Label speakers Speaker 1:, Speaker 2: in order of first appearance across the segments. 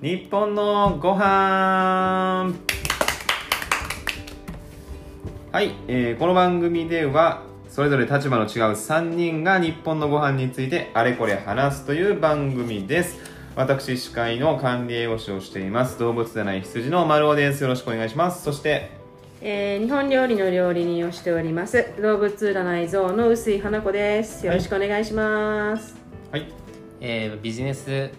Speaker 1: 日本のご飯はい、えーこの番組ではそれぞれ立場の違う3人が日本のご飯についてあれこれ話すという番組です私司会の管理栄養士をしています動物じゃない羊の丸尾ですよろしくお願いしますそして
Speaker 2: えー日本料理の料理人をしております動物占い像の薄井花子ですよろしくお願いします、
Speaker 1: はい
Speaker 3: えービジネス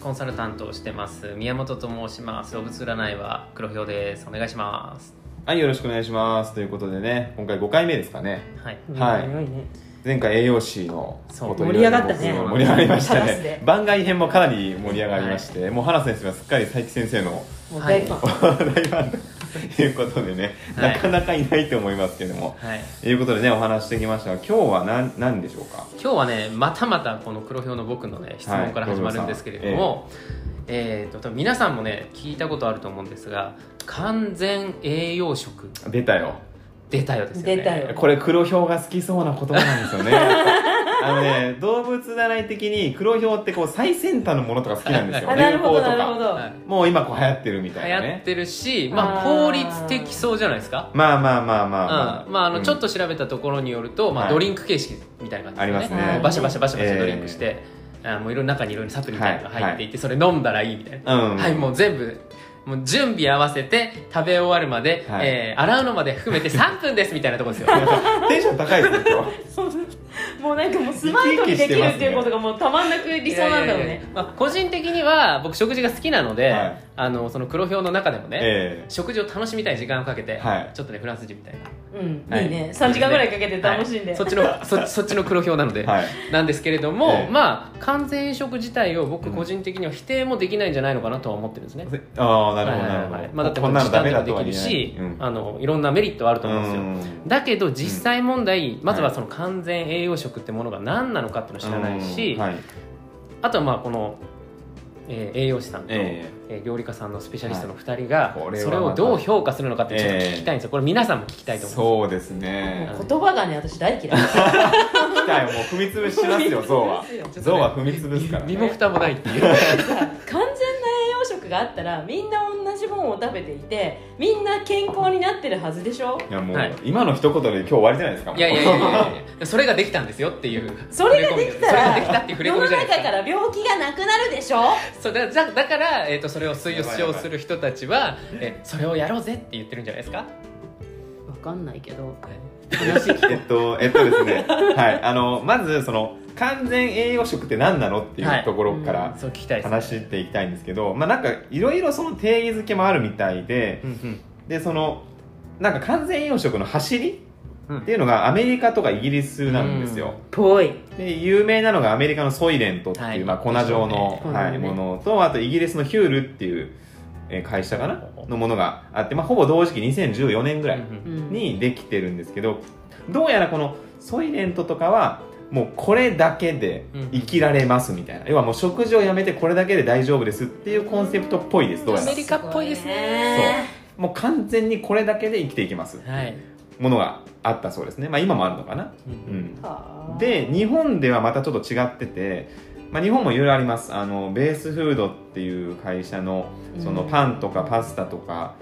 Speaker 3: コンサルタントをしてます宮本と申します動物占いは黒ひょうですお願いします
Speaker 1: はいよろしくお願いしますということでね今回5回目ですかね
Speaker 3: はい
Speaker 1: はい
Speaker 2: うん早いね
Speaker 1: 前回栄養士のこと
Speaker 2: そう
Speaker 1: いろいろ
Speaker 2: 盛り上がったね
Speaker 1: そう盛り上がりました
Speaker 2: カラスで
Speaker 1: ね番外編もかなり盛り上がりまして、もう原先生はすっかり佐伯先生の
Speaker 2: もう大ファ
Speaker 1: 大
Speaker 2: ン、
Speaker 1: ファンということでね、
Speaker 3: はい
Speaker 1: なかなかいないと思いますけども
Speaker 3: はい
Speaker 1: ということでねお話ししてきましたが今日は何何でしょうか
Speaker 3: 今日はねまたまたこの黒ひょうの僕のね質問から
Speaker 1: はい
Speaker 3: 始まるんですけれども、えーと多分皆さんもね聞いたことあると思うんですが完全栄養食
Speaker 1: 出たよ
Speaker 3: 出たよですよね
Speaker 2: 出たよ
Speaker 1: これ黒ひょうが好きそうな言葉なんですよ ねあのね動物占い的に黒ひょうってこう最先端のものとか好きなんですよ
Speaker 2: あなるほ
Speaker 1: 流
Speaker 2: ど
Speaker 1: 行
Speaker 2: な
Speaker 1: とか
Speaker 2: るほど、
Speaker 3: はい
Speaker 1: もう今こう流行ってるみたい
Speaker 3: 流
Speaker 1: な
Speaker 3: 行っ
Speaker 1: ね
Speaker 3: てるし、まあ、
Speaker 2: あー
Speaker 3: 効率的そうじゃないですか
Speaker 1: まあまあまあまあまあ、
Speaker 3: うんまあ、あの
Speaker 1: うん
Speaker 3: ちょっと調べたところによると、ま
Speaker 1: は
Speaker 3: あ、
Speaker 1: い
Speaker 3: ドリンク形式みたいな感じで、
Speaker 1: あります
Speaker 2: ね
Speaker 3: もうバシャバシャバシャバシ
Speaker 1: え
Speaker 3: ャ
Speaker 1: え
Speaker 3: ドリンクして、あもういろんな中にいろいろサプリみたいなのが入っていて、それ飲んだらいいみたいな、
Speaker 1: うん
Speaker 3: はいもう全部もう準備合わせて食べ終わるまで、
Speaker 1: はい
Speaker 3: えー洗うのまで含めて3分ですみたいなところですよ
Speaker 1: テンション高いですね今日
Speaker 2: そうもうなんかもうスマートにできるっていうことがもうたまんなく理想なんだろう
Speaker 3: いやいやい
Speaker 2: ね
Speaker 3: やまあ、個人的には僕食事が好きなので、
Speaker 1: はい
Speaker 3: あのその黒表の中でもね、
Speaker 1: え
Speaker 3: 食事を楽しみたい時間をかけて、
Speaker 1: はい
Speaker 3: ちょっとねフランス人みたいな
Speaker 2: うん、
Speaker 1: はい
Speaker 2: い、いね3時間ぐらいかけて楽しんで、
Speaker 3: はいそっちのそそっちの黒表なので、
Speaker 1: えはい
Speaker 3: なんですけれども、
Speaker 1: ええ
Speaker 3: まあ完全飲食自体を僕個人的には否定もできないんじゃないのかなとは思ってるんですね。
Speaker 1: ああなる
Speaker 3: は
Speaker 1: ほ
Speaker 3: い
Speaker 1: ど
Speaker 3: はい
Speaker 1: なる
Speaker 3: は
Speaker 1: ほ
Speaker 3: い
Speaker 1: ど、
Speaker 3: まあだって
Speaker 1: こんなのダメだと
Speaker 3: 時
Speaker 1: は
Speaker 3: 短で
Speaker 1: 言
Speaker 3: も
Speaker 1: え
Speaker 3: できる
Speaker 1: ない
Speaker 3: し、
Speaker 1: うん
Speaker 3: あのいろんなメリットはあると思うんですよ。だけど実際問題、まずはその完全栄養食ってものが何なのかっていうのを知らないし、
Speaker 1: うんはい
Speaker 3: あとはまあこの、えー栄養士さんと、
Speaker 1: え
Speaker 3: えー料理家さんのスペシャリストの2人
Speaker 1: は
Speaker 3: が、
Speaker 1: いこれは
Speaker 3: それをどう評価するのかってちょっと聞きたいんですよ、これ皆さんも聞きた
Speaker 1: え
Speaker 3: いと思うん
Speaker 1: そう
Speaker 3: で
Speaker 1: ですね
Speaker 2: もう言葉がね私大嫌い
Speaker 1: 来たよもう踏み潰します よ象は
Speaker 2: 踏み潰
Speaker 3: すよ
Speaker 1: 象は踏み潰す
Speaker 3: す
Speaker 1: か
Speaker 3: よ
Speaker 1: ら
Speaker 3: 身も
Speaker 1: ね
Speaker 3: 蓋もないって いう
Speaker 2: さ完全な栄養食があったらみんな同じもんを食べていてみんな健康になってるはずでしょ
Speaker 1: いやも
Speaker 3: はいう
Speaker 1: 今の一言で今日終わりじゃないですかもう
Speaker 3: いやいやいやいやいやそれができたんですよっていう
Speaker 2: それができた
Speaker 3: それが
Speaker 2: ら
Speaker 3: できたっていう触れ
Speaker 2: 世
Speaker 3: 込
Speaker 2: の
Speaker 3: みじゃない
Speaker 2: 中
Speaker 3: ですか
Speaker 2: から病気がなくなるでしょ
Speaker 3: そうだだだから、えー、とそれを推奨する人たちは、えそれをやろうぜって言ってるんじゃないですか、
Speaker 2: わかんないけど
Speaker 1: えっとえっとですねはいあのまずその完全栄養食って何なのってい
Speaker 3: は
Speaker 1: う
Speaker 3: い
Speaker 1: ところか
Speaker 2: う
Speaker 1: ら
Speaker 3: そう聞きたいです、
Speaker 1: 話していきたいんですけどまあなんかいろいろその定義づけもあるみたいで
Speaker 3: うん
Speaker 1: でそのなんか完全栄養食の走り
Speaker 3: うん
Speaker 1: っていうのがアメリカとかイギリスなんですよ、
Speaker 2: ぽい
Speaker 1: で有名なのがアメリカのソイレントっていう、
Speaker 3: はい
Speaker 1: まあ、粉状の、
Speaker 2: そうね
Speaker 1: はい、
Speaker 2: 粉
Speaker 1: も
Speaker 2: 状のね
Speaker 1: のとあとイギリスのヒュールっていうえー会社かなのものがあって、まあ、ほぼ同時期2014年ぐ
Speaker 3: う
Speaker 1: らい
Speaker 3: ん
Speaker 2: に
Speaker 1: にできてるんですけどどうやらこのソイレントとかはもうこれだけで生きられますみたいな要はもう食事をやめてこれだけで大丈夫ですっていうコンセプトっぽいですどうや
Speaker 3: ア
Speaker 1: ら
Speaker 3: メリカっぽいです
Speaker 1: ねもう完全にこれだけで生きていきます
Speaker 3: うんはい、
Speaker 1: ものがあったそうですねまあ今もあるのかな
Speaker 3: う
Speaker 1: うんん
Speaker 2: はあ
Speaker 1: で日本ではまたちょっと違ってて、まあ、日本もいろいろありますあのベースフードっていう会社のそのパンとかパスタとか、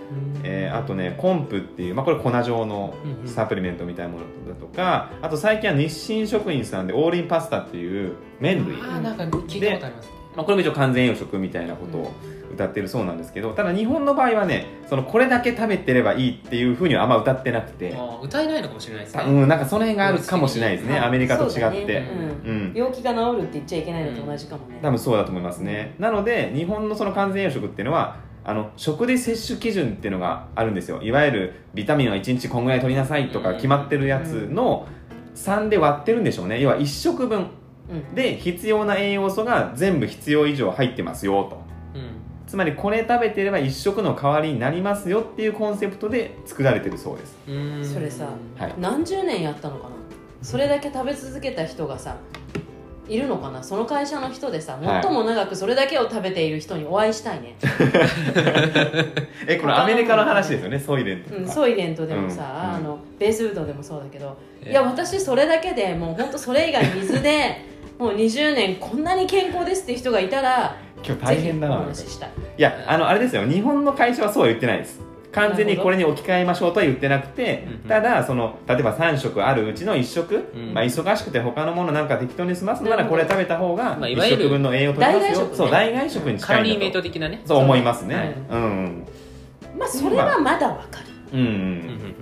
Speaker 1: えーあとねコンプっていう、まあ、これ粉状の
Speaker 3: うんうん
Speaker 1: サプリメントみたいなものだとかあと最近は日清食品さんでオーリンパスタっていう麺類
Speaker 3: あーなんか聞いたことあります
Speaker 1: まあ、これも一応完全栄養食みたいなことを歌ってるそうなんですけどただ日本の場合はねそのこれだけ食べてればいいっていうふうにはあんま歌ってなくて、
Speaker 3: あー歌えないのかもしれないです
Speaker 1: た
Speaker 3: ね、
Speaker 1: うん、なんかその辺があるかもしれないですね
Speaker 2: うん
Speaker 1: アメリカと
Speaker 2: そうだね
Speaker 1: 違って。
Speaker 2: うん
Speaker 1: うん、
Speaker 2: 病気が治るって言っちゃいけないのと同じかもね
Speaker 1: 多分そうだと思いますねなので日本のその完全栄養食っていうのはあの食で摂取基準っていうのがあるんですよいわゆるビタミンは1日こんぐらい取りなさいとか
Speaker 3: うん
Speaker 1: 決まってるやつの3で割ってるんでしょうね要は1食分
Speaker 2: うん
Speaker 1: で必要な栄養素が全部必要以上入ってますよと
Speaker 3: うん
Speaker 1: つまりこれ食べてれば1食の代わりになりますよっていうコンセプトで作られてるそうです
Speaker 3: うん
Speaker 2: それさ
Speaker 1: はい
Speaker 2: 何十年やったのかなそれだけ食べ続けた人がさいるのかなその会社の人でさ
Speaker 1: はい
Speaker 2: 最も長くそれだけを食べている人にお会いしたいね、
Speaker 1: えこれアメリカの話ですよねソイレント
Speaker 2: うん、
Speaker 1: とか、
Speaker 2: ソイレントでもさ、
Speaker 1: うん
Speaker 2: あのベースフードでもそうだけど、
Speaker 3: え ー
Speaker 2: いや私それだけでもうほんとそれ以外水でもう20年こんなに健康ですって人がいたら
Speaker 1: 今日大変だ
Speaker 2: ぜひお
Speaker 1: な
Speaker 2: 話ししたい
Speaker 1: いやあのあれですよ日本の会社はそうは言ってないです完全にこれに置き換えましょうとは言ってなくて
Speaker 3: うんうん
Speaker 1: ただその例えば3食あるうちの1食、
Speaker 3: うん
Speaker 1: まあ、忙しくて他のものなんか適当に済ますならこれ食べた方が
Speaker 3: まあいわ
Speaker 1: 1
Speaker 3: ゆる
Speaker 1: 食分の栄養取れます
Speaker 2: 大
Speaker 1: よ
Speaker 2: 外食ね
Speaker 1: そう大外食に
Speaker 3: カロ
Speaker 1: 近
Speaker 3: リーメ
Speaker 1: い
Speaker 3: イ
Speaker 1: んだ
Speaker 3: ト
Speaker 1: と
Speaker 3: 的なね
Speaker 1: そう思いますね、
Speaker 3: はい
Speaker 1: うんうん
Speaker 2: まあそれはまだわかる
Speaker 1: うんう
Speaker 3: うん
Speaker 1: ん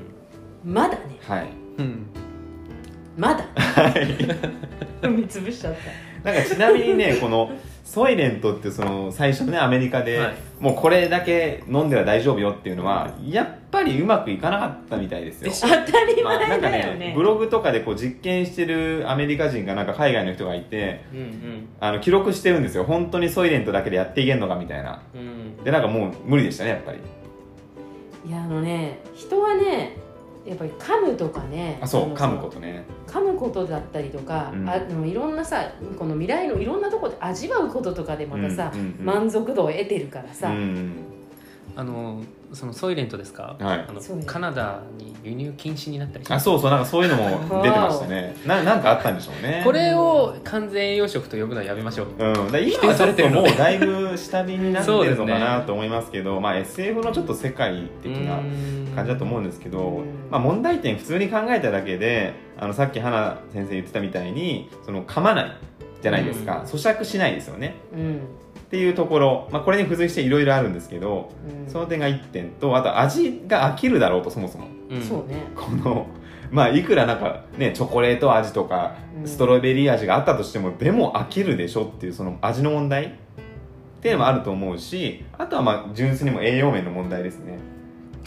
Speaker 2: まだね
Speaker 1: はい
Speaker 3: うんうん
Speaker 2: まだ踏み潰しちゃった
Speaker 1: なんかちなみに ねこのソイレントってその最初ねアメリカで、
Speaker 3: はい
Speaker 1: もうこれだけ飲んでは大丈夫よっていうのはやっぱりうまくいかなかったみたいですよ
Speaker 3: でし
Speaker 2: 当たり
Speaker 1: まあな
Speaker 2: 前
Speaker 1: んか
Speaker 2: だよね
Speaker 1: ねブログとかでこう実験してるアメリカ人がなんか海外の人がいて
Speaker 3: うん
Speaker 1: あの記録してるんですよ本当にソイレントだけでやっていけんのかみたいな
Speaker 3: うんうん
Speaker 1: でなんかもう無理でしたねやっぱり
Speaker 2: いやあのね人はねやっぱり噛むとかね
Speaker 1: あそ
Speaker 2: あ
Speaker 1: う
Speaker 2: の
Speaker 1: 噛むことね
Speaker 2: 噛むことだったりとか、
Speaker 1: うん
Speaker 2: あでもいろんなさこの未来のいろんなとこで味わうこととかでまたさ、
Speaker 1: うんうんうん
Speaker 2: 満足度を得てるからさ、
Speaker 1: うん
Speaker 3: あのそのソイレントですか、
Speaker 1: はい
Speaker 3: あの
Speaker 2: ソイレント
Speaker 3: カナダに輸入禁止になったりし
Speaker 1: あ
Speaker 3: ます
Speaker 1: そうそうなんかそういうの も出てましたねななんかあったんでしょうね
Speaker 3: これを完全栄養食と呼ぶのはやめましょう、
Speaker 1: うん、だから今
Speaker 3: 定
Speaker 1: はち
Speaker 3: さ
Speaker 1: ょ
Speaker 3: れ
Speaker 1: ってと
Speaker 3: る
Speaker 1: も
Speaker 3: の
Speaker 1: う
Speaker 3: ね
Speaker 1: だいぶ下火になってるのか
Speaker 3: そうです
Speaker 1: な
Speaker 3: ね
Speaker 1: と思いますけどまあ、SF のちょっと世界的な感じだと思うんですけ
Speaker 2: う
Speaker 1: ど
Speaker 2: ん、
Speaker 1: まあ、問題点普通に考えただけであのさっき花先生言ってたみたいにその噛まないじゃないですか、
Speaker 3: うん
Speaker 1: 咀嚼しないですよね
Speaker 2: うん
Speaker 1: っていうところ、まあ、これに付随していろいろあるんですけど
Speaker 2: うん
Speaker 1: その点が1点とあと味が飽きるだろうとそもそも
Speaker 3: うん
Speaker 2: そうね
Speaker 1: このまあいくらなんかねチョコレート味とか
Speaker 2: うん
Speaker 1: ストロベリー味があったとしてもでも飽きるでしょっていうその味の問題っていうのもあると思うしあとはまあ純粋にも栄養面の問題ですね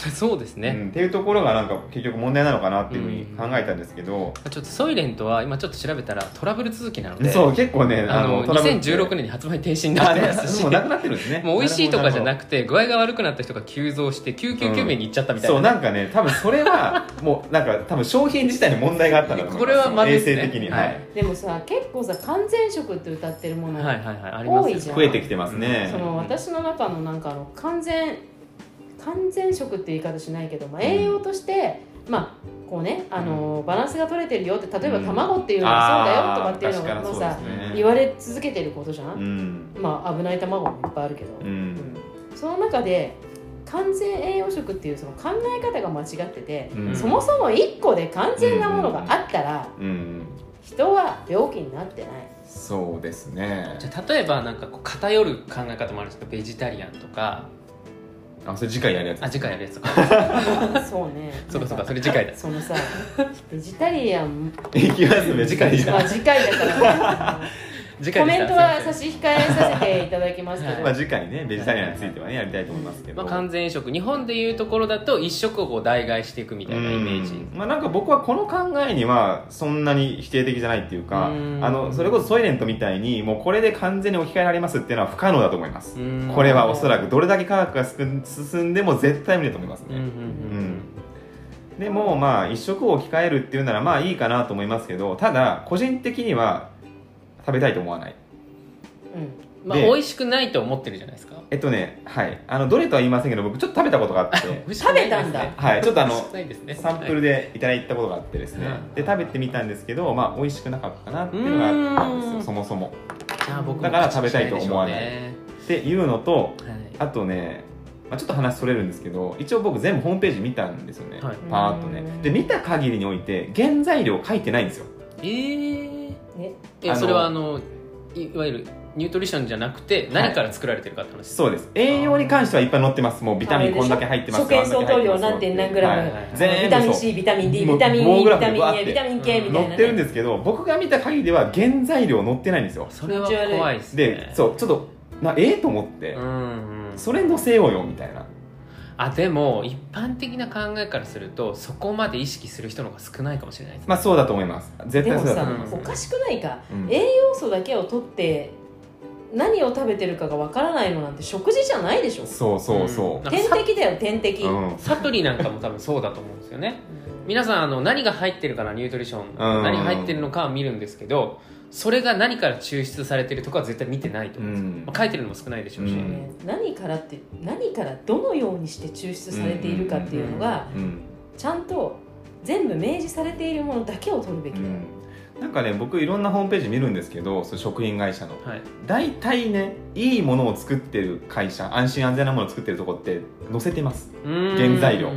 Speaker 3: そうですね、
Speaker 1: うん、っていうところがなんか結局問題なのかなっていうふうに考えたんですけど、
Speaker 3: ちょっとソイレントは今ちょっと調べたらトラブル続きなので
Speaker 1: そう結構ね
Speaker 3: あの
Speaker 1: トラブルって
Speaker 3: 2016年に発売停止にな
Speaker 1: あ
Speaker 3: って
Speaker 1: ね
Speaker 3: ますし
Speaker 1: もうなくなってるんですね
Speaker 3: もう美味しいとかじゃな
Speaker 1: く
Speaker 3: くて具合が悪くなった人が急増して999名に行っちゃったみたいな,、
Speaker 1: そうなんかね多分それはもうなんか多分商品自体に問題があったんだと思います
Speaker 3: これはまずい
Speaker 1: 衛
Speaker 3: ですね
Speaker 1: 生的に、はい
Speaker 3: はい
Speaker 2: でもさ結構さ完全食って歌ってるもの、
Speaker 3: はいはいはいあります
Speaker 2: 多いじゃん
Speaker 1: 増えてきてます
Speaker 2: そ
Speaker 1: ね、
Speaker 2: の私の中のなんかあの完全完全食って言い方しないけど、まあ、栄養として、まあこうねあの、バランスが取れてるよって例えば
Speaker 1: うん
Speaker 2: 卵っていうのはそうだよとか
Speaker 1: あ
Speaker 2: っていう
Speaker 1: ー
Speaker 2: の
Speaker 1: 確か
Speaker 2: が
Speaker 1: にそ
Speaker 2: も
Speaker 1: うう
Speaker 2: さ、
Speaker 1: です
Speaker 2: 言
Speaker 1: ね
Speaker 2: われ続けてることじゃん、
Speaker 1: うん
Speaker 2: まあ危ない卵もいっぱいあるけど、
Speaker 1: うん
Speaker 2: その中で完全栄養食っていうその考え方が間違ってて、
Speaker 1: うん
Speaker 2: そもそも1個で完全なものがあったら、
Speaker 1: うん
Speaker 2: 人は病気になってない
Speaker 1: そうですね
Speaker 3: じゃあ例えばなんかこう偏る考え方もあるんですけどベジタリアンとか
Speaker 1: あそれ次回やるやつ
Speaker 3: あ次回やるやつとか
Speaker 2: そうね
Speaker 3: そうかそ
Speaker 2: な
Speaker 3: うか
Speaker 2: ん
Speaker 3: それ次回だ
Speaker 2: そのさベジタリアン
Speaker 1: いき ますね次回
Speaker 2: まあ次回だ から
Speaker 3: 次
Speaker 2: コ
Speaker 3: 回
Speaker 2: メ
Speaker 3: でした
Speaker 2: ントは
Speaker 3: すいま
Speaker 2: 差
Speaker 3: せん
Speaker 2: し控えさせていただきますけど、
Speaker 1: まあ次回ねベジタリアンについてはねやりたいと思いますけど、
Speaker 3: まあ、完全食日本でいうところだと一食をこう代替していくみたいなイメージ、
Speaker 1: うんまあ、なんか僕はこの考えにはそんなに否定的じゃないっていうか
Speaker 3: うん
Speaker 1: あのそれこそソイレントみたいにもうこれで完全に置き換えられますっていうのは不可能だと思います、
Speaker 3: うん
Speaker 1: これはおそらくどれだけ科学が進んでも絶対無理だと思います
Speaker 3: うんうん
Speaker 1: ね、
Speaker 3: うん
Speaker 1: でもまあ一食を置き換えるっていうならまあいいかなと思いますけどただ個人的には食べたいと思わない
Speaker 2: うん
Speaker 3: まあ
Speaker 1: で
Speaker 3: 美味しくないと思ってるじゃないですか
Speaker 1: えっとねはいあのどれとは言いませんけど僕ちょっと食べたことがあって
Speaker 3: 美味しくな
Speaker 2: 食べ
Speaker 3: いですね
Speaker 2: たんだ
Speaker 1: はいちょっとあ
Speaker 3: 美
Speaker 1: の
Speaker 3: 味しくないですね
Speaker 1: サンプルでいただいたことがあってですね、
Speaker 3: はい
Speaker 1: で食べてみたんですけどまあ美味しくなかったなっていうのがあったんです
Speaker 3: う
Speaker 1: よ
Speaker 3: ん
Speaker 1: そもそも
Speaker 3: じゃあ僕も
Speaker 1: だから食べたいと思わない
Speaker 3: 口にし
Speaker 1: っていうのと
Speaker 3: でしょうね
Speaker 1: あとね、まあ、ちょっと話それるんですけど一応僕全部ホームページ見たんですよね、
Speaker 3: はい
Speaker 1: パーッと
Speaker 2: う
Speaker 1: ね
Speaker 2: ん
Speaker 1: で見た限りにおいて原材料書いてないんですよ
Speaker 3: はい、えー、
Speaker 2: ね
Speaker 1: あ
Speaker 3: え
Speaker 1: の
Speaker 3: それはあのいいわゆるニュートリションじゃなくて何から作られてるかって話
Speaker 1: そうです栄養に関してはいっぱい載ってますもうビタミンこんだけ入ってます
Speaker 2: あれでしょ
Speaker 1: あんだけ入ってます
Speaker 2: 初見相当量何点何グラム
Speaker 1: はい
Speaker 3: あの
Speaker 1: 全部
Speaker 2: ビタミン
Speaker 1: そう
Speaker 2: C ビタミン D
Speaker 1: もう
Speaker 2: ビタミン
Speaker 1: 棒
Speaker 2: E
Speaker 1: グ
Speaker 2: ビ
Speaker 1: ラフ
Speaker 2: タ
Speaker 1: で
Speaker 2: ミ
Speaker 1: バー
Speaker 2: ン
Speaker 1: って
Speaker 2: A ビタミン K みたいな、ね、
Speaker 1: 載ってるんですけど僕が見た限りでは原材料載ってないんですよ
Speaker 3: それは怖いですね
Speaker 1: でそうちょっとなええと思って、
Speaker 3: うんうん
Speaker 1: それ載せようよみたいな
Speaker 3: あでも一般的な考えからするとそこまで意識する人の方が少ないかもしれないですね
Speaker 1: まあそうだと思います絶
Speaker 2: で
Speaker 1: 対
Speaker 2: も
Speaker 1: そうだと
Speaker 2: さ
Speaker 1: 思い
Speaker 3: い
Speaker 1: ま
Speaker 3: ますす
Speaker 2: おかしくないか
Speaker 1: うん
Speaker 2: 栄養素だけを取って何を食べてるかがわからないのなんて食事じゃないでしょ
Speaker 1: そうそうそ
Speaker 3: ん
Speaker 2: 点滴だよ点滴、
Speaker 1: ううん
Speaker 3: サプリなんかも多分そうだと思うんですよね皆さんあの何が入ってるかなニュートリション
Speaker 1: うん
Speaker 3: 何入ってるのかは見るんですけどそれが何から抽出されてるとかは絶対見てないと
Speaker 1: う
Speaker 3: 思うんですよ、
Speaker 1: ん
Speaker 3: まあ、書いてるのも少ないでしょう
Speaker 1: う
Speaker 3: し、
Speaker 1: ん
Speaker 2: ね何からって何からどのようにして抽出されているかっていうのが
Speaker 1: うん
Speaker 2: ちゃんと全部明示されているものだけを取るべき
Speaker 1: う
Speaker 2: だよ、
Speaker 1: んなんかね僕いろんなホームページ見るんですけどその食品会社の
Speaker 3: はい
Speaker 1: 大体ねいいものを作ってる会社安心安全なものを作ってるとこって載せてます原材料
Speaker 3: うん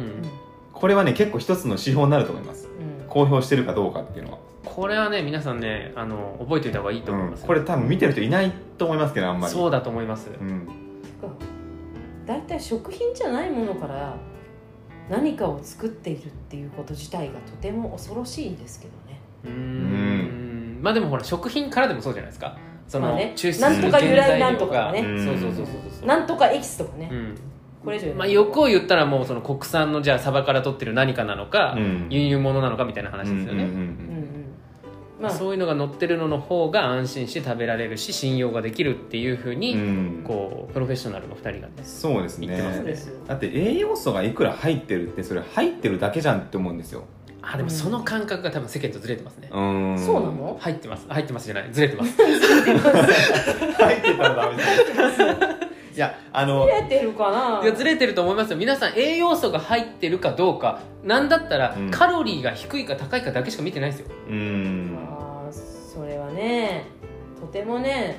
Speaker 1: これはね結構一つの指標になると思います
Speaker 2: うん
Speaker 1: 公表してるかどうかっていうのは、
Speaker 3: これはね皆さんねあの覚えておいた方がいいと思います、
Speaker 1: これ多分見てる人いないと思いますけどあんまり
Speaker 3: そうだと思います、
Speaker 1: うん、
Speaker 2: だいたい食品じゃないものから何かを作っているっていうこと自体がとても恐ろしいんですけどね
Speaker 3: うーんまあでもほら食品からでもそうじゃないですかその、
Speaker 2: まあね
Speaker 3: 抽出
Speaker 2: なんとか由来なんとかが
Speaker 3: 原材
Speaker 2: ね
Speaker 3: 料がそうそうそうそうそう
Speaker 2: なんとかエキスとかね、
Speaker 3: うん
Speaker 2: これ以上言うの
Speaker 3: まあ、欲を言ったらもうその国産のじゃあサバから取ってる何かなのか、
Speaker 1: うん
Speaker 3: 輸入物なのかみたいな話ですよね、
Speaker 1: うんうんう
Speaker 2: うん
Speaker 1: ん
Speaker 2: うんまあ
Speaker 3: そういうのが載ってるのの方が安心して食べられるし信用ができるっていうふう
Speaker 1: うん
Speaker 3: に、
Speaker 1: うん
Speaker 3: こうプロフェッショナルの2人がね
Speaker 1: そうですね
Speaker 3: 言ってま
Speaker 2: そうですよ
Speaker 1: だって栄養素がいくら入ってるってそれ入ってるだけじゃんって思うんですよ
Speaker 3: あでもその感覚が多分世間とずれてますね、
Speaker 1: うん
Speaker 2: そうなの
Speaker 3: 入ってます入ってますじゃないずれてます
Speaker 1: 入ってたらダメです いやあの
Speaker 2: ずれてるかない
Speaker 3: やずれてると思いますよ皆さん栄養素が入ってるかどうかなんだったら
Speaker 1: うん
Speaker 3: カロリーが低いか高いかだけしか見てないですよ、
Speaker 1: うん
Speaker 2: あーそれはねとてもね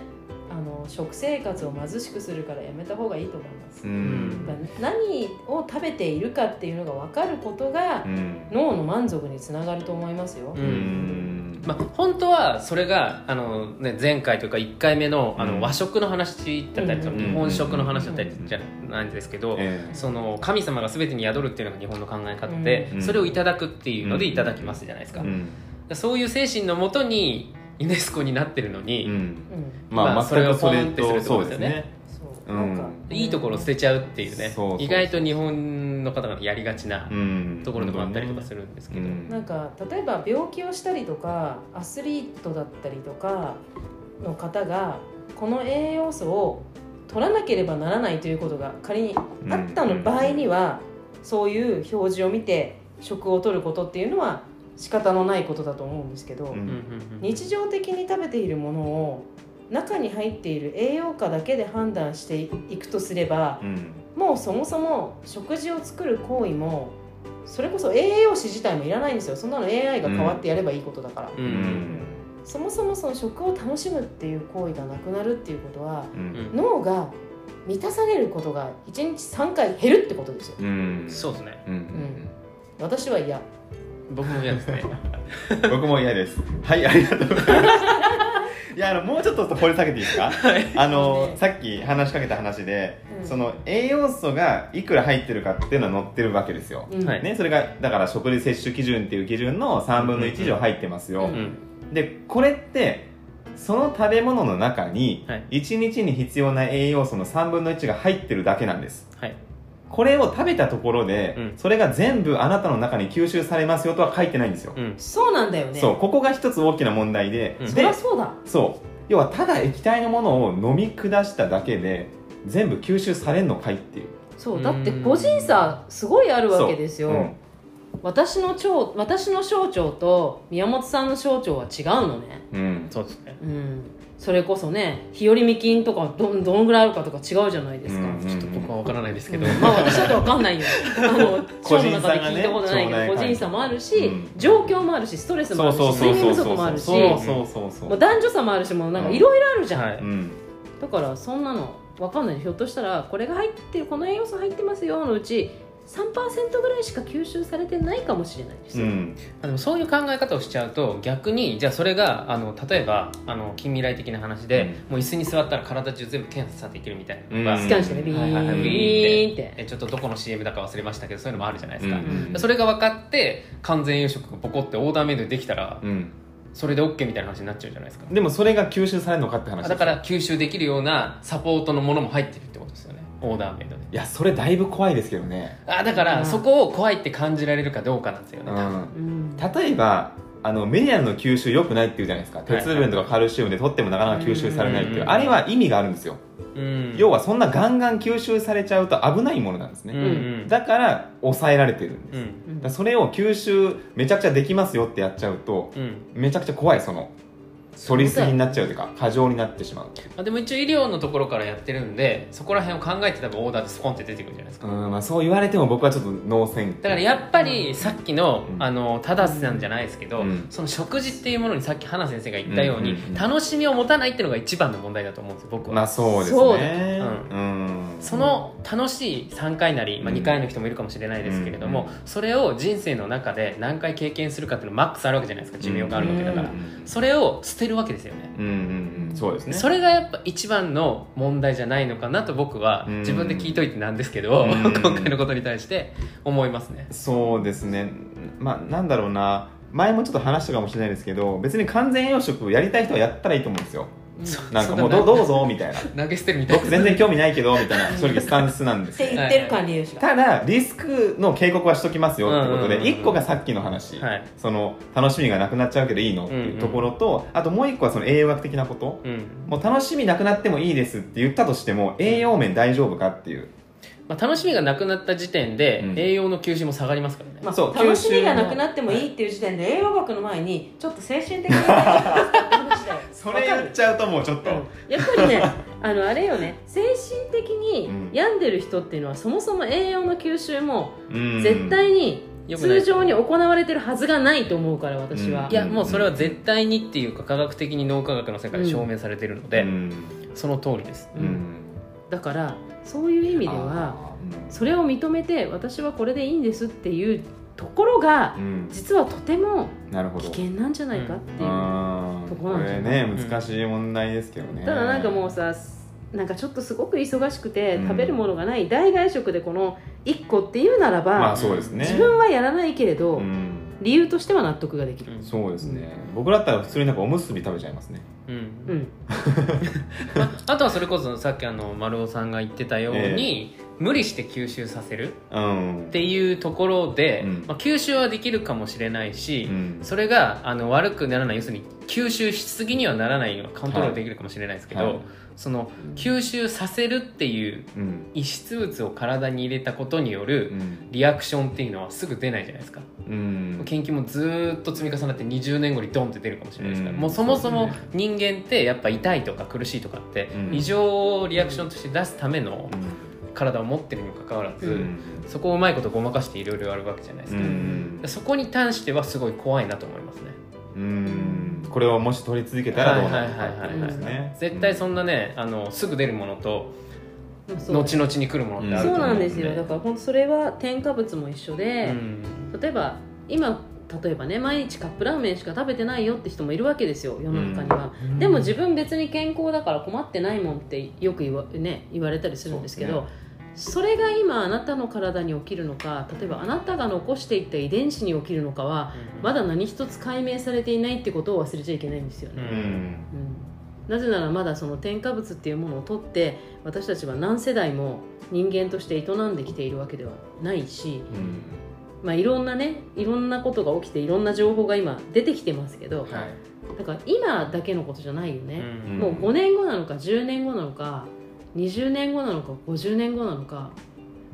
Speaker 2: あの食生活を貧しくするからやめた方がいいと思います、
Speaker 1: う
Speaker 2: や
Speaker 1: ん
Speaker 2: っぱ何を食べているかっていうのが分かることが
Speaker 1: うん
Speaker 2: 脳の満足につながると思いますよ、
Speaker 1: う
Speaker 3: う
Speaker 1: んん
Speaker 3: まあ、本当はそれがあの、ね、前回というか1回目のあ
Speaker 1: うん
Speaker 3: の和食の話だったりと
Speaker 2: う
Speaker 3: か
Speaker 2: ん
Speaker 3: 日本食の話だったり
Speaker 1: うん
Speaker 3: じゃないんですけど、
Speaker 1: ええ
Speaker 3: その神様が全てに宿るっていうのが日本の考え方で、
Speaker 1: うん
Speaker 3: それをいただくっていうのでいただきますじゃないですか、
Speaker 1: うん
Speaker 3: そういう精神のもとにユネスコになってるの
Speaker 1: う
Speaker 3: に、
Speaker 1: ん
Speaker 2: うん
Speaker 1: まあ、
Speaker 3: まあそれ
Speaker 1: 全
Speaker 3: を
Speaker 1: くそれ
Speaker 3: ポンって
Speaker 1: と
Speaker 3: するってこ
Speaker 1: そ
Speaker 3: と
Speaker 1: うです
Speaker 3: で
Speaker 1: す
Speaker 3: よね
Speaker 1: ね
Speaker 2: そう、
Speaker 1: うん
Speaker 2: なんか
Speaker 3: いいところを捨てちゃうっていうね
Speaker 1: そうそう
Speaker 3: 意外と日本の方がやりがちな
Speaker 1: うん
Speaker 3: ところでもあったりとかす
Speaker 1: る
Speaker 3: るんですけど、
Speaker 2: なんか例えば病気をしたりとかアスリートだったりとかの方がこの栄養素を取らなければならないということが仮にあったの場合には、そういう表示を見て食を取ることっていうのは仕方のないことだと思うんですけど、
Speaker 1: うん
Speaker 3: うんうんうん
Speaker 2: 日常的に食べているものを中に入っている栄養価だけで判断していくとすれば
Speaker 1: うん
Speaker 2: もうそもそも食事を作る行為もそれこそ栄養士自体もいらないんですよそんなの AI が変わってやればいいことだから、
Speaker 3: うん
Speaker 1: う
Speaker 3: うん
Speaker 1: ん
Speaker 2: そもそもその食を楽しむっていう行為がなくなるっていうことは
Speaker 1: うんうん
Speaker 2: 脳が満たされることが1日3回減るってことですよ
Speaker 1: うん
Speaker 3: そうですね
Speaker 1: うん
Speaker 2: 私は嫌
Speaker 3: 僕も嫌です ね
Speaker 1: 僕も嫌ですはいありがとうございますいやあのもうちょっと掘り下げていいですかあの、
Speaker 2: ね
Speaker 1: さっき話しかけた話で、
Speaker 2: うん
Speaker 1: その栄養素がいくら入ってるかっていうのは載ってるわけですよ、
Speaker 2: うん
Speaker 3: はい
Speaker 1: ね、それがだから食事摂取基準っていう基準の3分の1以上入ってますよ、
Speaker 2: うん
Speaker 1: でこれってその食べ物の中に
Speaker 3: はい
Speaker 1: 1日に必要な栄養素の3分の1が入ってるだけなんです
Speaker 3: はい
Speaker 1: これを食べたところで、
Speaker 3: うん
Speaker 1: それが全部あなたの中に吸収されますよとは書いてないんですよ、
Speaker 3: うん
Speaker 2: そうなんだよね
Speaker 1: そうここが一つ大きな問題で、
Speaker 3: うん
Speaker 2: そり
Speaker 1: で
Speaker 2: ゃそうだ
Speaker 1: そう要はただ液体のものを飲み下しただけで全部吸収されんのかいっていう
Speaker 2: そううんだって個人差すごいあるわけですよ、
Speaker 1: うん
Speaker 2: 私の腸私の小腸と宮本さんの小腸は違うのね
Speaker 1: うん
Speaker 3: そうですね
Speaker 2: うんそれこそね日和見菌とかどんどのぐらいあるかとか違うじゃないですか、
Speaker 1: うん
Speaker 3: ちょっと僕は分からないですけど、
Speaker 2: まあ私だと分かんな いよあの
Speaker 1: 個
Speaker 2: 腸
Speaker 1: 人
Speaker 2: の
Speaker 1: 差が
Speaker 2: 中で
Speaker 1: ね
Speaker 2: 聞いたことないけ
Speaker 1: 腸内
Speaker 2: ど、
Speaker 1: 環境
Speaker 2: 個人差もあるし、
Speaker 1: うん
Speaker 2: 状況もあるしストレスも
Speaker 1: そ
Speaker 2: あ
Speaker 1: う
Speaker 2: るし
Speaker 1: そうそうそう
Speaker 2: 睡眠不
Speaker 1: そう
Speaker 2: 足もあるし
Speaker 1: そうそうそうそう
Speaker 2: まあ男女差もあるしもうなんかいろいろあるじゃん、
Speaker 3: はい
Speaker 1: うん
Speaker 2: だからそんなの分かんないひょっとしたらこれが入ってるこの栄養素入ってますよのうち3%ぐらいしか吸収されてないかもしれないです
Speaker 1: う
Speaker 2: よ、
Speaker 1: ん
Speaker 3: あでもそういう考え方をしちゃうと逆にじゃあそれがあの例えばあの近未来的な話で、もう椅子に座ったら体中全部検査できるみたいなのが、
Speaker 1: うん
Speaker 2: スキャンしてねビーン、
Speaker 3: はいはいはい
Speaker 2: ビーンって
Speaker 3: えちょっとどこの CM だか忘れましたけどそういうのもあるじゃないですか、
Speaker 2: ん
Speaker 3: それが分かって完全栄養食がボコってオーダーメイドでできたら、
Speaker 1: うん
Speaker 3: それで OK みたいな話になっちゃうじゃないですか
Speaker 1: でもそれが吸収されるのかって話です
Speaker 3: あだから吸収できるようなサポートのものも入ってるってことですよねオーダーメイドで
Speaker 1: いやそれだいぶ怖いですけどね
Speaker 3: あだか
Speaker 2: う
Speaker 3: ら
Speaker 2: ん
Speaker 3: そこを怖いって感じられるかどうかなんですよね、多分
Speaker 2: うん
Speaker 1: 例えばあのミネラルの吸収良くないっていうじゃないですか鉄分とかカルシウムで取ってもなかなか吸収されないっていう
Speaker 3: うん
Speaker 1: あれは意味があるんですよ
Speaker 3: うん
Speaker 1: 要はそんなガンガン吸収されちゃうと危ないものなんです
Speaker 3: うんう
Speaker 1: ね、
Speaker 3: ん
Speaker 1: だから抑えられてるんです、
Speaker 3: う
Speaker 1: だか
Speaker 3: ん
Speaker 1: らそれを吸収めちゃくちゃできますよってやっちゃうと
Speaker 3: うん
Speaker 1: めちゃくちゃ怖いその取りすぎになっちゃうというか過剰になってしまう
Speaker 3: まあ、でも一応医療のところからやってるんでそこら辺を考えて多分オーダーでスポンって出てくるんじゃないです
Speaker 1: う
Speaker 3: か、
Speaker 1: ん、まあ、そう言われても僕はちょっと脳線
Speaker 3: だからやっぱりさっきの,、
Speaker 1: うん
Speaker 3: あのたださんじゃないですけど、
Speaker 1: うん
Speaker 3: その食事っていうものにさっき花先生が言ったように、
Speaker 1: うんうんうん
Speaker 3: 楽しみを持たないっていうのが一番の問題だと思うんですよ僕は、
Speaker 1: まあそうです
Speaker 2: そう
Speaker 1: ね
Speaker 3: だ
Speaker 1: うん
Speaker 3: その楽しい3回なり、まあ、
Speaker 1: うん
Speaker 3: 2回の人もいるかもしれないですけれども、
Speaker 1: うんうん
Speaker 3: それを人生の中で何回経験するかっていうのはマックスあるわけじゃないですか寿命があるわけだから、
Speaker 1: うんうん
Speaker 3: それを捨てるわけですよね
Speaker 1: うんうんうんそうですね
Speaker 3: それがやっぱ一番の問題じゃないのかなと僕は
Speaker 1: うん
Speaker 3: 自分で聞いといてなんですけど、
Speaker 1: うん
Speaker 3: 今回のことに対して思いますね。
Speaker 1: そうですねまあなんだろうな前もちょっと話したかもしれないですけど別に完全栄養食やりたい人はやったらいいと思うんですよなんかもうど
Speaker 3: そんな
Speaker 1: どうぞみたいな
Speaker 3: 投げ捨てるみたい
Speaker 1: 僕
Speaker 3: な。
Speaker 1: 全然興味ないけどみたいな正直スタンスなんで
Speaker 2: っ
Speaker 1: すよ
Speaker 2: て言ってる管理栄養士が、
Speaker 1: ただリスクの警告はしときますよってこと
Speaker 3: うんうんうん
Speaker 1: で
Speaker 3: うん
Speaker 1: 1個がさっきの話、
Speaker 3: はい
Speaker 1: その楽しみがなくなっちゃうけどいいのっていうところと、あともう1個はその栄養学的なこと
Speaker 3: うん
Speaker 1: もう楽しみなくなってもいいですって言ったとしても栄養面大丈夫かっていう
Speaker 3: まあ、楽しみがなくなった時点で、
Speaker 1: うん
Speaker 3: 栄養の吸収も下がりますからね、
Speaker 2: まあ、
Speaker 1: そう
Speaker 2: 楽しみがなくなってもいいっていう時点で栄養学の前にちょっと精神的に
Speaker 1: そ
Speaker 2: そ
Speaker 1: れやっちゃうともうちょっと、
Speaker 2: やっぱりねあのあれよね精神的に病んでる人っていうのはそもそも栄養の吸収も
Speaker 1: うん
Speaker 2: 絶対に
Speaker 3: よくない
Speaker 2: 通常に行われてるはずがないと思うから私は、
Speaker 1: うん
Speaker 3: いやもうそれは絶対にっていうか科学的に脳科学の世界で証明されてるので、
Speaker 1: うん
Speaker 3: その通りです、
Speaker 1: う
Speaker 2: うんんだからそういう意味で
Speaker 1: あ
Speaker 2: はそれを認めて私はこれでいいんですっていうところが
Speaker 1: ーうん
Speaker 2: 実はとても
Speaker 1: なるほ
Speaker 2: 危
Speaker 1: ど
Speaker 2: 険なんじゃないかっていう、
Speaker 1: あー
Speaker 2: とこなんじゃ
Speaker 1: れ
Speaker 2: ない
Speaker 1: ね難しい問題ですけどね、
Speaker 2: ただなんかもうさなんかちょっとすごく忙しくて
Speaker 1: うん
Speaker 2: 食べるものがない代替食でこの1個っていうならば、
Speaker 1: まあそうですね
Speaker 2: 自分はやらないけれど、
Speaker 1: うん
Speaker 2: 理由としては納得ができる、
Speaker 3: うん
Speaker 1: そうですね僕だったら普通になんかおむすび食べちゃいますね
Speaker 3: うん
Speaker 2: うん、
Speaker 3: まああとはそれこそさっきあの丸尾さんが言ってたように、無理して吸収させる
Speaker 1: うん
Speaker 3: っていうところで、
Speaker 1: うん
Speaker 3: まあ、吸収はできるかもしれないし
Speaker 1: う、ん
Speaker 3: それがあの悪くならない要するに吸収しすぎにはならないのはコントロールできるかもしれないですけど、
Speaker 1: はい
Speaker 3: その吸収させるっていう
Speaker 1: うん
Speaker 3: 異質物を体に入れたことによ
Speaker 1: う
Speaker 3: る
Speaker 1: ん
Speaker 3: リアクションっていうのはすぐ出ないじゃないですか、
Speaker 1: うん
Speaker 3: 研究もずーっと積み重なって20年後にドンって出るかもしれないですから、
Speaker 1: うん
Speaker 3: もうそもそ
Speaker 1: そう
Speaker 3: も
Speaker 1: ですね
Speaker 3: 人間ってやっぱ痛いとか苦しいとかって
Speaker 1: うん
Speaker 3: 異常をリアクションとして出すための
Speaker 1: う
Speaker 3: 体を持ってるにもかかわらず、
Speaker 2: うん
Speaker 3: そこをうまいことごまかしていろいろあるわけじゃないです
Speaker 1: う
Speaker 3: か、
Speaker 1: ん
Speaker 3: そこに関してはすごい怖いなと思いますね
Speaker 1: うんこれをもし取り続けたらどうなるかっていうことです
Speaker 2: はいはいはい
Speaker 1: ね
Speaker 3: 絶対そんなね、あのすぐ出るものと
Speaker 2: まあそう
Speaker 3: 後々に来るものってある
Speaker 2: そ
Speaker 3: と
Speaker 2: う
Speaker 3: 思
Speaker 2: な
Speaker 3: うん
Speaker 2: ん
Speaker 3: で
Speaker 2: ですよだから本当それは添加物も一緒で、
Speaker 3: うん
Speaker 2: 例えば今例えばね毎日カップラーメンしか食べてないよって人もいるわけですよ世の中には、でも自分別に健康だから困ってないもんってよく言わ,、ね、言われたりするんですけどそれが今あなたの体に起きるのか例えばあなたが残していった遺伝子に起きるのかはまだ何一つ解明されていないってことを忘れちゃいけないんですよね、
Speaker 1: うん
Speaker 2: うんなぜならまだその添加物っていうものを取って私たちは何世代も人間として営んできているわけではないし、
Speaker 1: うん
Speaker 2: まあ、いろんなねいろんなことが起きていろんな情報が今出てきてますけど、
Speaker 3: はい
Speaker 2: だから今だけのことじゃないよね、
Speaker 1: うん
Speaker 2: もう5年後なのか10年後なのか20年後なのか50年後なのか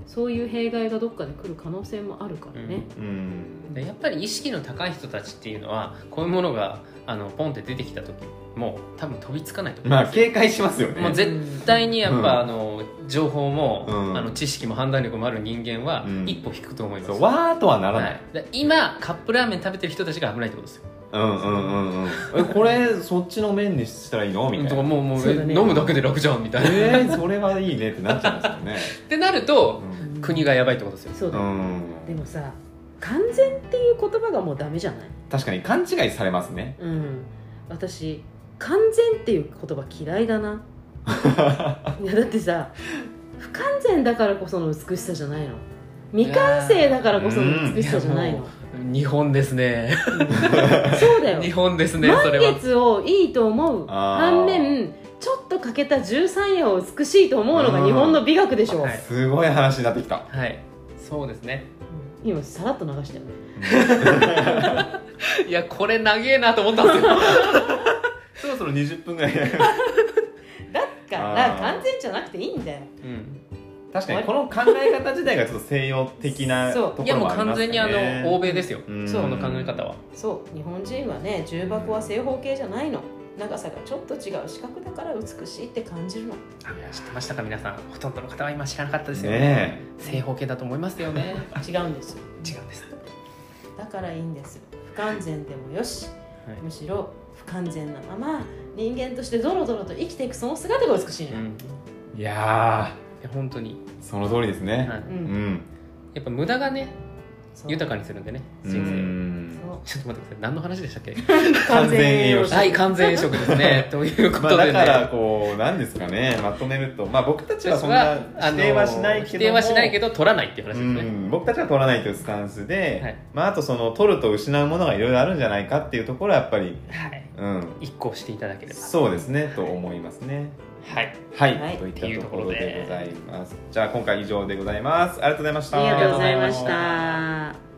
Speaker 2: そういう弊害がどっかで来る可能性もあるからね、
Speaker 1: うん
Speaker 3: でやっぱり意識の高い人たちっていうのはこういうものがあのポンって出てきた時も多分飛びつかないと思う
Speaker 1: まあ警戒しますよね
Speaker 3: もう絶対にやっ
Speaker 1: うん
Speaker 3: ぱ、あの情報も、
Speaker 1: うん
Speaker 3: あの知識も判断力もある人間は、
Speaker 1: うん
Speaker 3: 一歩引くと思います、
Speaker 1: そうわーとはなら
Speaker 3: は
Speaker 1: ない
Speaker 3: い、で今カップラーメン食べてる人たちが危ないってことですよ
Speaker 1: うんうんうんうんえこれそっちの面にしたらいいのみたい
Speaker 3: うんとか
Speaker 1: な
Speaker 3: もうもう
Speaker 2: そうだね
Speaker 3: え飲むだけで楽じゃんみたいな っ
Speaker 1: えー、それはいいねってなっちゃいます
Speaker 3: てなると
Speaker 1: よね
Speaker 2: うん
Speaker 3: 国がやばいってことですよ
Speaker 2: そう
Speaker 1: う
Speaker 2: だよ、
Speaker 1: ん、う
Speaker 2: で
Speaker 1: ん、
Speaker 2: もさ完全っていう言葉がもうダメじゃない
Speaker 1: 確かに勘違いされますね
Speaker 2: うん私完全っていう言葉嫌いだ ないやだってさ不完全だからこその美しさじゃないの未完成だからこその美しさじゃないの、
Speaker 3: 日本です ね
Speaker 2: そうだよ
Speaker 3: 日本ですねそれ
Speaker 2: 満
Speaker 3: は
Speaker 2: 月をいいと思う
Speaker 1: あー
Speaker 2: 反面ちょっと欠けた十三夜を美しいと思うのが日本の美学でしょ、
Speaker 3: うんはい
Speaker 1: すごい話になってきた
Speaker 3: はいそうですね
Speaker 2: 今さらっと流したよね
Speaker 3: いやこれ長えなと思ったんですよ
Speaker 1: そろそろ20分ぐらい
Speaker 2: だから完全じゃなくていいんだよ
Speaker 3: うん
Speaker 1: 確かにこの考え方自体がちょっと西洋的な
Speaker 2: そ
Speaker 1: と
Speaker 2: う
Speaker 1: こ
Speaker 3: いや
Speaker 1: ろ
Speaker 3: もう
Speaker 1: もあり
Speaker 3: 完
Speaker 1: ますね
Speaker 3: 全にあの欧米ですよ
Speaker 1: うん
Speaker 3: その考え方は
Speaker 2: そう日本人はね重箱は正方形じゃないの長さがちょっと違う視覚だから美しいって感じるの
Speaker 3: あ知ってましたか皆さんほとんどの方は今知らなかったですよね
Speaker 1: ね
Speaker 3: 正方形だと思いますよね
Speaker 2: 違うんですよ
Speaker 3: 違うんです
Speaker 2: だからいいんです不完全でもよし、
Speaker 3: はい
Speaker 2: むしろ不完全なまま人間としてドロドロと生きていくその姿が美しい
Speaker 3: うん
Speaker 2: の、
Speaker 3: い
Speaker 1: いや
Speaker 3: や本当に、
Speaker 1: ーその通りですね、
Speaker 3: はい、
Speaker 2: うん
Speaker 1: うん
Speaker 3: やっぱ無駄がね
Speaker 2: そう
Speaker 3: 豊かにするんでね
Speaker 1: う
Speaker 3: 人生を
Speaker 1: ん
Speaker 2: そ
Speaker 3: ちょっと待ってください何の話でしたっけ
Speaker 2: う
Speaker 1: 完全栄養食
Speaker 3: はい完全栄食で すねというこ
Speaker 1: まあ、
Speaker 3: とで、ね
Speaker 1: だからこうなんですかねまとめると、まあ、僕たちはそんな否定はしないけども
Speaker 3: 否定はしないけど取らないっていう話
Speaker 1: う
Speaker 3: ですね、
Speaker 1: ん、僕たちは取らないというスタンスで、
Speaker 3: はい
Speaker 1: まあ、あとその取ると失うものがいろいろあるんじゃないかっていうところはやっぱり、
Speaker 3: はい
Speaker 1: うん、
Speaker 3: 一個していただければ
Speaker 1: そうですねと思いますね。
Speaker 3: はい
Speaker 1: はい、
Speaker 2: はい
Speaker 1: といっ
Speaker 3: っていう
Speaker 1: た
Speaker 3: と
Speaker 1: とこ
Speaker 3: こ
Speaker 1: ろ
Speaker 3: ろで
Speaker 1: でございます。じゃあ今回以上でございます。ありがとうございました。
Speaker 2: ありがとうございました